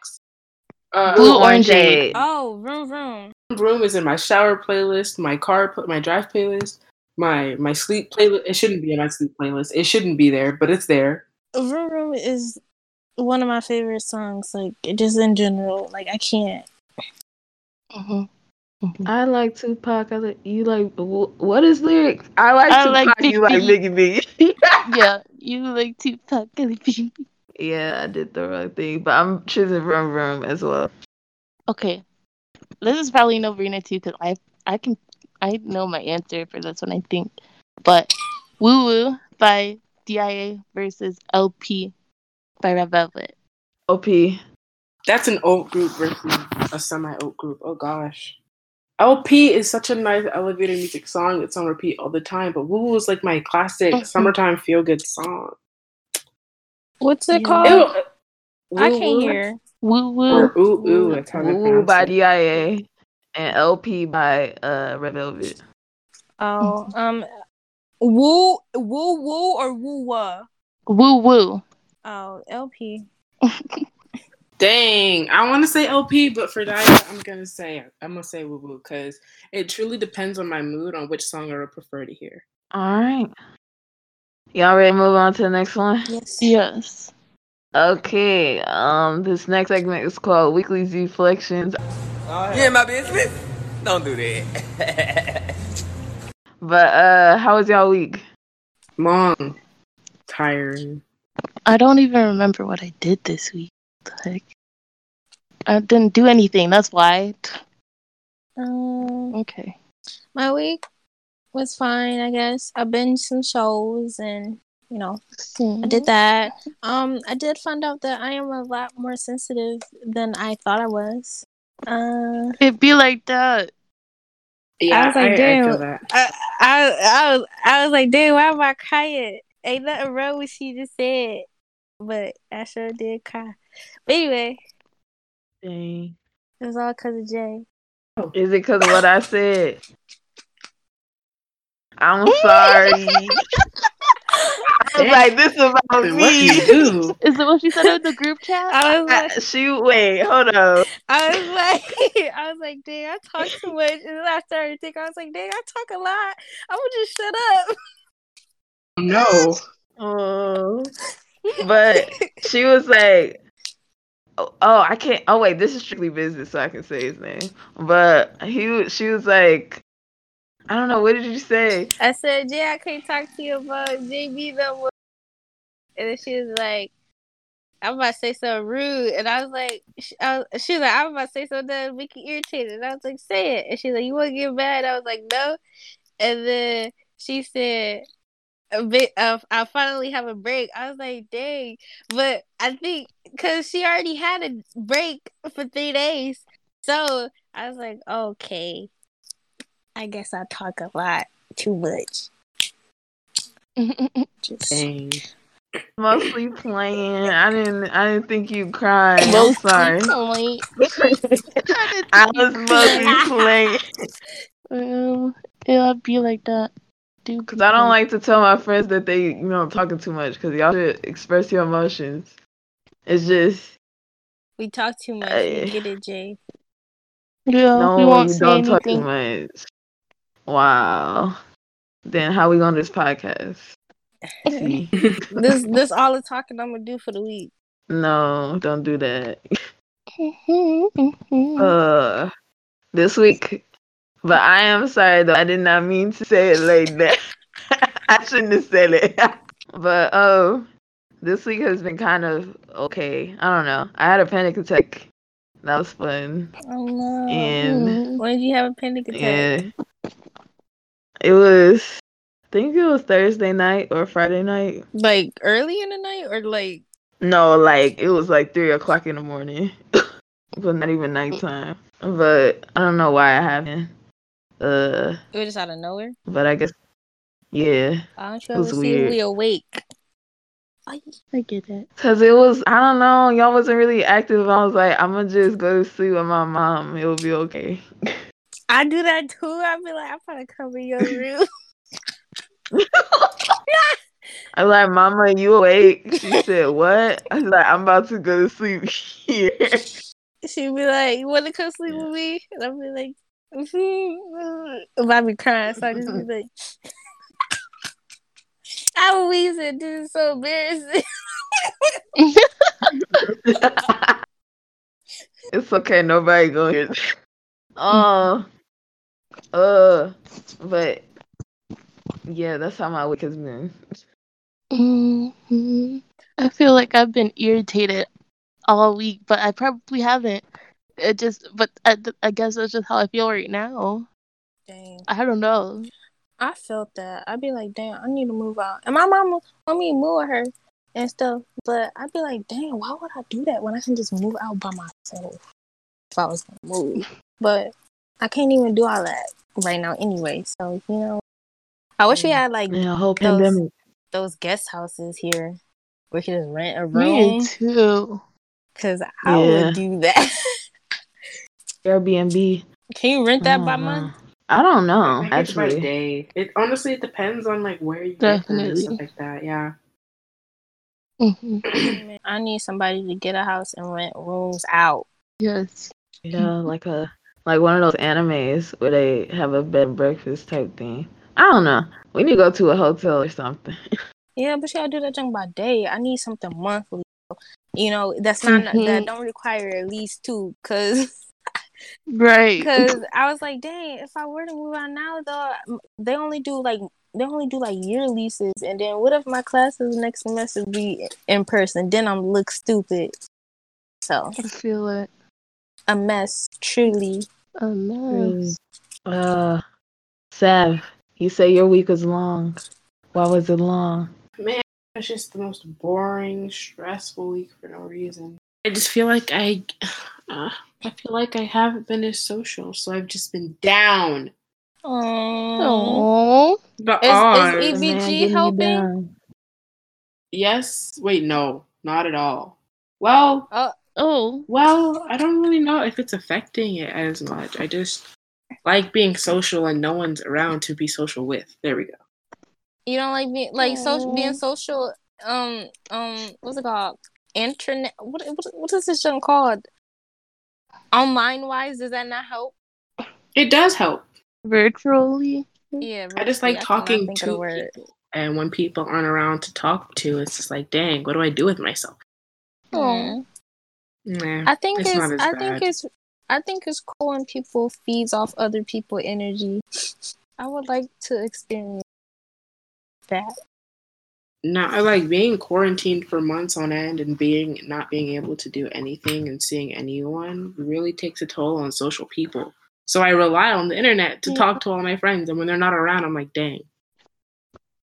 E: Uh,
B: Blue
C: Blue
B: Orange
C: Orange
B: Aid.
C: Aid.
D: Oh, Room Room.
E: room is in my shower playlist, my car, pl- my drive playlist, my my sleep playlist. It shouldn't be in my sleep playlist. It shouldn't be there, but it's there.
D: Room Room is one of my favorite songs. Like just in general, like I can't.
B: hmm
C: I like Tupac. I like, you like wh- what is lyrics? I like
B: I like
C: Tupac. you like
B: Biggie.
C: Biggie B.
B: Yeah, you like Tupac and Biggie.
C: <laughs> yeah, I did the wrong thing, but I'm choosing Vroom Vroom as well.
B: <laughs> Okay, this is probably no brainer too because I I can I know my answer for this one I think, but Woo Woo by DIA versus LP by Red Velvet.
C: Op.
E: That's an old group versus a semi old group. Oh gosh. LP is such a nice elevator music song. It's on repeat all the time, but Woo Woo is like my classic
B: Mhm.
E: summertime feel good song.
D: What's it
B: Yeah.
D: called?
E: Ew.
D: I
E: Woo
D: can't
E: Woo
D: hear.
B: Woo Woo.
E: Or ooh ooh, that's how they
C: Woo
E: pronounce
C: by
E: it.
C: DIA and LP by uh Red Velvet.
D: <laughs> Oh, um, woo, woo, woo, or woo wah.
B: Woo Woo.
D: Oh, LP.
E: Dang, I want to say LP, but for that, I'm gonna say I'm gonna say woo woo because it truly depends on my mood on which song I would prefer to hear.
C: All right. Y'all ready to move on to the next one?
D: Yes.
B: Yes.
C: Okay. Um, this next segment is called Weekly Reflections
G: You in my business? Don't do that.
C: But uh how was y'all week?
E: Mom, tiring.
B: I don't even remember what I did this week. The heck? I didn't do anything. That's why.
D: Um,
B: Okay.
D: my week was fine, I guess. I binged some shows, and you know, I did that. Um, I did find out that I am a lot more sensitive than I thought I was. Uh,
B: It'd be like that.
E: Yeah,
D: was like,
E: feel
D: damn.
E: that.
D: I, I, I was, I was like, dang, why am I crying? Ain't nothing wrong with she just said, but I sure did cry. But anyway,
C: Dang.
D: it was all because of Jay.
C: Is it because of what I said? I'm sorry. I was like, this is about
E: Then What do you
C: me.
E: do?
G: <laughs>
B: Is it what she said in the group
D: <laughs>
B: chat?
D: I was like,
C: I- she wait, hold on.
D: I was like, <laughs> I was like, dang, I talk too much. And then I started to think, I was like, dang, I talk a lot. I'm gonna just shut up.
E: No,
C: Oh. But she was like, oh, oh, I can't. Oh wait, this is strictly business, so I can say his name. But he, was- she was like, I don't know. What did you say?
D: I said, Jay, I can't talk to you about JB no more. And then she was like, I'm about to say something rude. And I was like, sh- I was, she was like, I'm about to say something that make you irritated. And I was like, say it. And she's like, you want to get mad? I was like, no. And then she said, a bit of I finally have a break. I was like, dang. But I think because she already had a break for three days. So I was like, okay. I guess I talk a lot too much. Just
E: dang.
C: Mostly playing. I didn't. I didn't think you cried. I'm
B: Mostly
C: sorry. <laughs>
B: Point.
C: I was mostly playing
B: Well, it'll be like that. Do
C: because I don't like to tell my friends that they, you know, I'm talking too much because y'all should express your emotions. It's just
D: we talk too much.
C: Hey.
D: We get it, Jay.
B: Yeah, we
C: no,
B: won't
C: you
B: say
C: don't talk too
B: anything.
C: much. Wow. Then how we gonna this podcast?
B: <laughs>
C: See?
D: <laughs> This this all the talking I'm gonna do for the week.
C: no, don't do that.
B: <laughs>
C: Uh, this week. But I am sorry though. I did not mean <laughs> to say it like that. I shouldn't have said it. but um, this week has been kind of okay. I don't know. I had a panic attack. That was fun.
D: Oh no.
B: Mm-hmm.
C: And-
D: when did you have a panic attack?
C: Yeah. It was I think it was Thursday night or Friday night.
D: Like early in the night or like
C: No, like it was like three o'clock in the morning. <laughs> but not even nighttime. But I don't know why I haven't. Uh
D: it was just out of nowhere?
C: but I guess yeah.
D: I don't
C: It
D: sure
C: was
D: ever see
C: weird.
D: we awake.
B: I get it.
C: Cause it was I don't know, y'all wasn't really active. I was like, I'ma just go to sleep with my mom. It'll be okay.
D: I do that too. I'd be like, I'm gonna
C: <laughs>
D: cover your room.
C: I was like, Mama, you awake? She said, What? I was like, I'm about to go to sleep here. <laughs>
D: She'd be like, You wanna come sleep with me? And I'd be like, mm-hmm. I'd be crying, so I'd just be like <laughs> I would wheeze it, dude. It's so embarrassing. <laughs>
C: it's okay, nobody gonna hear this. <laughs> Uh, uh, but yeah, that's how my week has been.
B: hmm I feel like I've been irritated all week, but I probably haven't. It just, but I, I guess that's just how I feel right now.
D: Dang.
B: I don't know.
D: I felt that. I'd be like, damn, I need to move out. And my mom want me to move with her and stuff. But I'd be like, damn, why would I do that when I can just move out by myself if I was gonna move? But I can't even do all that right now anyway. So, you know. I wish we had like
C: Yeah, whole
D: Those-
C: pandemic.
D: those guest houses here where you could just rent a
B: Me
D: room.
B: too.
D: Cause I
C: Yeah.
D: would do that. <laughs>
C: Airbnb. Oh,
D: can you rent that by
C: I don't know.
D: month?
C: I don't know,
E: I guess by
C: Oh, actually.
E: day. It honestly it depends on like where you get them and
B: Definitely.
E: stuff like that. Yeah. <clears throat>
B: hmm
D: I need somebody to get a house and rent rooms out.
B: Yes.
C: Yeah, like a like one of those animes where they have a bed and breakfast type thing. I don't know. We need to go to a hotel or something.
D: Yeah, but you gotta do that thing by day. I need something monthly. You know, that's not that
B: Mhm.
D: don't require at least two, cause
B: Right.
D: cause I was like, dang, if I were to move out now, though, m- they only do like they only do like year leases, and then what if my classes next semester be in person? Then I'm look stupid. So
B: I feel it.
D: a mess, truly.
B: Oh, no.
C: Mm. Uh, Sav, you say your week was long. Why was it long?
E: Man, it's just the most boring, stressful week for no reason. I just feel like I, uh, I feel like I haven't been as social, so I've just been down.
D: Oh,
B: Oh.
E: But
D: Is- is
E: on.
D: Eve-
C: The man
D: VG
C: getting you
D: helping?
C: down.
E: yes. Wait, no, not at all. Well,
B: Oh.
E: well, I don't really know if it's affecting it as much. I just like being social and no one's around to be social with. There we go.
D: you don't like being like social,
B: Aw.
D: being social. Um, um, what's it called? Internet. What what what is this thing called? Online wise, does that not help?
E: It does help.
B: Virtually.
D: Yeah,
E: I just
D: really,
E: like
D: cannot
E: talking
D: think of
E: to
D: the word.
E: people. And when people aren't around to talk to, it's just like, dang, what do I do with myself?
D: Aw.
E: Nah.
D: Mm. I think
E: It's
D: it's,
E: not as
D: I
E: bad.
D: think it's I think it's cool when people feeds off other people energy. <laughs> I would like to experience that.
E: No, I like being quarantined for months on end and being not being able to do anything and seeing anyone really takes a toll on social people. So I rely on the internet to
B: Yeah.
E: talk to all my friends, and when they're not around, I'm like, dang,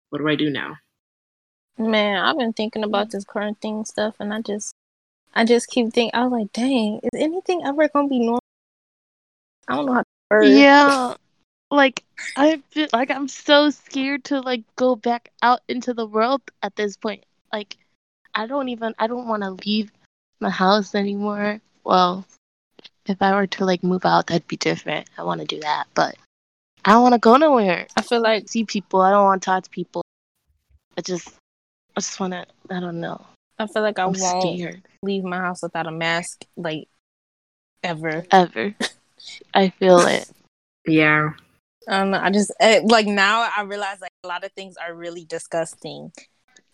E: what do I do now?
D: Man, I've been thinking
B: Mm-hmm.
D: about this quarantine stuff, and I just, I just keep thinking. I was like, dang, is anything ever gonna be normal? I don't know how to word.
B: Yeah. Like I feel like I'm so scared to like go back out into the world at this point. Like I don't even I don't want to leave my house anymore. Well, if I were to like move out, that'd be different. I want to do that, but I don't want to go nowhere.
D: I feel like
B: See people. I don't want to talk to people. I just I just want to. I don't know.
D: I feel like I
B: I'm
D: won't
B: scared.
D: leave my house without a mask, like ever.
B: Ever. I feel
C: <laughs>
B: it.
E: Yeah.
D: I don't know. I just eh, like now I realize like a lot of things are really disgusting.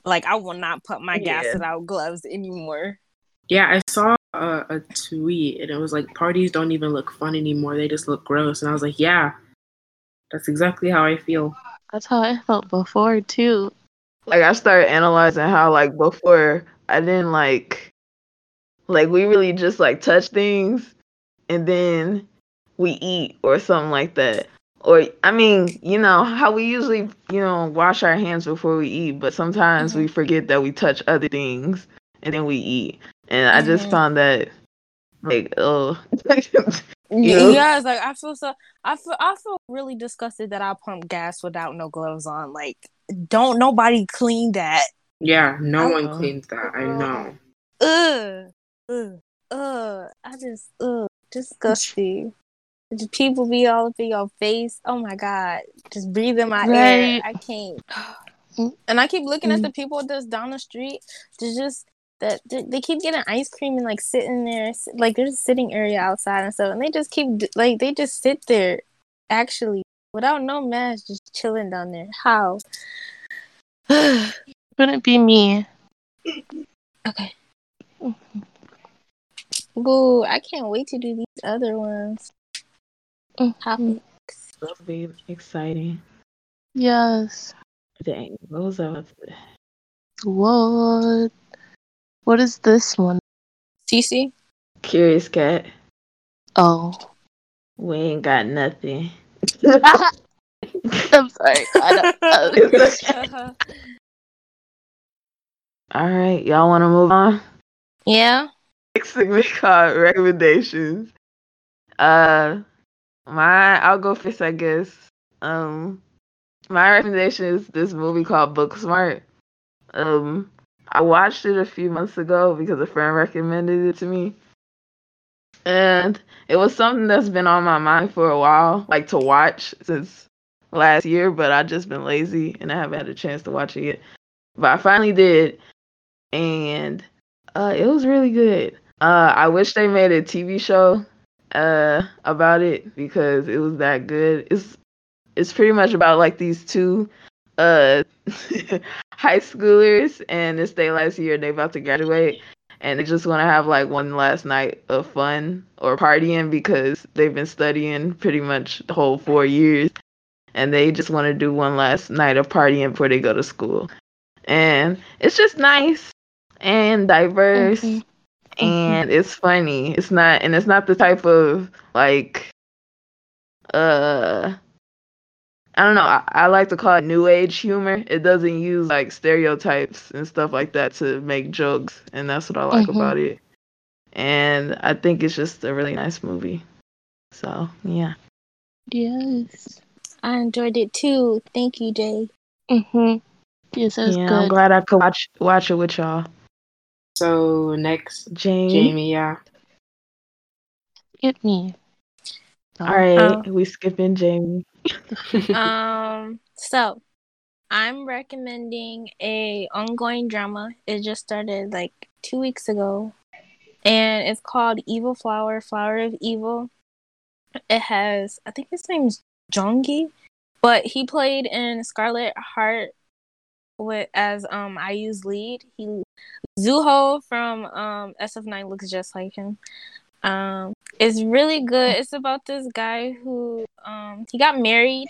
D: Like I will not put my
C: Yeah.
D: gas without gloves anymore.
E: Yeah, I saw a, a tweet and it was like, parties don't even look fun anymore. They just look gross. And I was like, yeah, that's exactly how I feel.
B: That's how I felt before too.
C: like I started analyzing how like before I didn't like like we really just like touch things and then we eat or something like that. Or I mean, you know, how we usually, you know, wash our hands before we eat, but sometimes we forget that we touch other things and then we eat. And I just
D: Mhm.
C: found that like <laughs> oh
D: Yeah,
C: Yeah.
D: yeah, it's like I feel so. I feel I feel really disgusted that I pumped gas without no gloves on. Like, don't nobody clean that.
E: Yeah, no
D: I
E: one
C: know.
E: cleans that. I know.
D: Ugh, ugh, ugh. I just ugh, disgusting. Just People be all up in your face. Oh my god, just breathe in my
B: Right.
D: air. I can't. And I keep looking at the people that's down the street. They just that they, they keep getting ice cream and like sitting there, s- like there's a sitting area outside and stuff, and they just keep d- like they just sit there, actually without no mask, just chilling down there. How? <sighs>
B: Wouldn't be me.
D: Okay. Mm-hmm. Boo, I can't wait to do these other ones. Topic.
C: that'll be exciting.
B: Yes.
C: Dang, what was I about to-
B: What? What is this one?
D: TC?
C: Curious cat.
B: Oh,
C: We ain't got nothing. <laughs>
B: I'm sorry. I
C: <laughs>
B: don't, uh,
C: All right, y'all want to move on?
D: yeah?
C: Next segment called recommendations. Uh, my I'll go first, I guess. Um, my recommendation is this movie called Booksmart. Um, I watched it a few months ago because a friend recommended it to me, and it was something that's been on my mind for a while, like to watch since last year. But I've just been lazy and I haven't had a chance to watch it yet. But I finally did, and uh, it was really good. Uh, I wish they made a TV show uh, about it because it was that good. It's it's pretty much about like these two uh, <laughs> high schoolers, and it's their last year. They about to graduate, and they just want to have like one last night of fun or partying because they've been studying pretty much the whole four years, and they just want to do one last night of partying before they go to school. And it's just nice and diverse
B: Mhm. Mhm.
C: and it's funny. It's not and it's not the type of like uh I don't know, I, I like to call it new age humor. It doesn't use like stereotypes and stuff like that to make jokes and that's what I like
D: Mm-hmm.
B: Mhm.
C: about it. And I think it's just a really nice movie. So yeah.
B: yes.
D: I enjoyed it too. Thank you, Jay.
B: Mhm. Yes, that was
C: yeah, I'm
B: good.
C: glad I could watch watch it with y'all.
E: So next,
C: Jamie.
E: Jamie, yeah.
B: Get me.
C: All right,
D: Uh,
C: we skipping Jamie.
D: um, so I'm recommending a ongoing drama. It just started like two weeks ago, and it's called Evil Flower, Flower of Evil. It has, I think his name's Jongi, but he played in Scarlet Heart with as um IU's lead. He Zuho from um SF9 looks just like him. Um, it's really good. It's about this guy who um he got married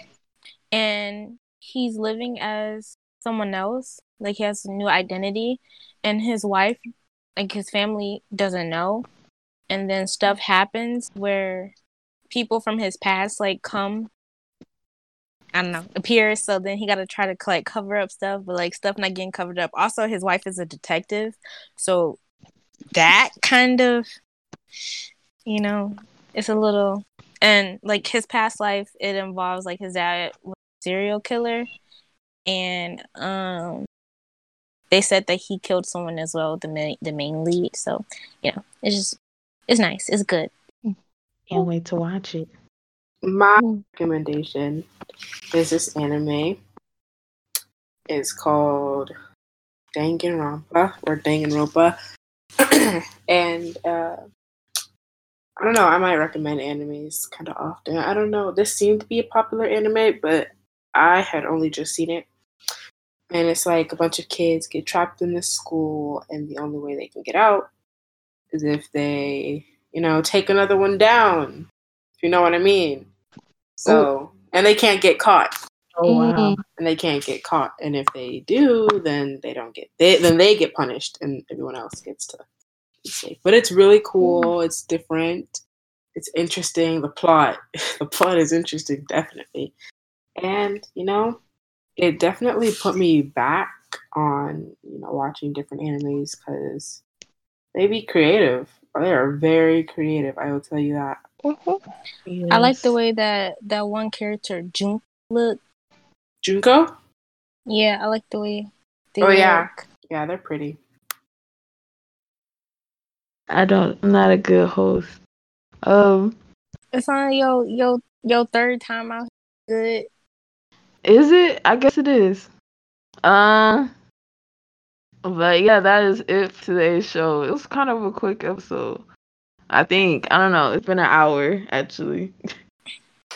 D: and he's living as someone else. Like he has a new identity and his wife like his family doesn't know. And then stuff happens where people from his past like come I don't know, appear so then he got to try to like cover up stuff, but like stuff not getting covered up. Also his wife is a detective. So that kind of you know, it's a little and like his past life it involves like his dad was a serial killer and um they said that he killed someone as well the main the main lead so you know it's just it's nice it's good
C: Can't wait to watch it.
E: My
B: Mm.
E: recommendation is this anime. It's called Danganronpa or Danganronpa, <clears throat> and uh, I don't know. I might recommend animes kind of often. I don't know. This seemed to be a popular anime, but I had only just seen it. And it's like a bunch of kids get trapped in this school, and the only way they can get out is if they, you know, take another one down. If you know what I mean. So, and they can't get caught. Oh
D: Mm-hmm.
E: wow!
B: Mhm.
E: And they can't get caught. And if they do, then they don't get they then they get punished, and everyone else gets to be safe. But it's really cool. It's different. It's interesting. The plot, <laughs> the plot is interesting, definitely. And you know, it definitely put me back on you know watching different animes because they be creative. They are very creative. I will tell you that.
B: Mhm.
D: I like the way that that one character Jun look.
E: Junko.
D: Yeah, I like the way. They
E: Oh, yeah.
D: look.
E: Yeah, they're pretty.
C: I don't. I'm not a good host. Um,
D: It's on yo yo yo third time out. Good.
C: is it? I guess it is. Um, but yeah, that is it for today's show. It was kind of a quick episode. I think I don't know. It's been an hour actually.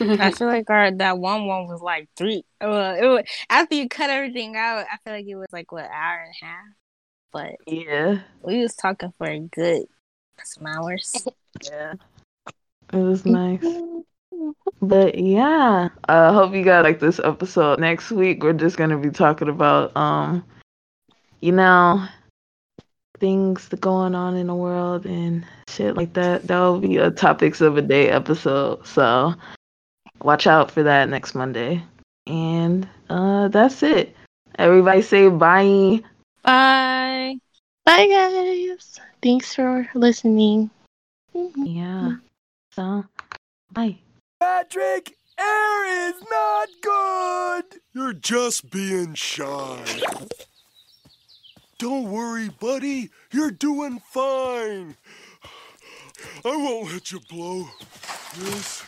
D: I feel like our that one one was like three. Well, it was, after you cut everything out, I feel like it was like what hour and a half. But
C: Yeah.
D: we was talking for a good some hours.
C: Yeah. Mm-hmm. It was nice.
B: Mm-hmm.
C: But yeah, I uh, hope you guys like this episode. Next week we're just gonna be talking about um, you know, things that going on in the world and shit like that. That will be a topics of a day episode. So watch out for that next Monday. And uh, that's it. Everybody say bye.
D: Bye.
B: Bye, guys. Thanks for listening. Mm-hmm.
C: Yeah. So bye.
A: Patrick, air is not good. You're just being shy. Don't worry, buddy. You're doing fine. I won't let you blow this.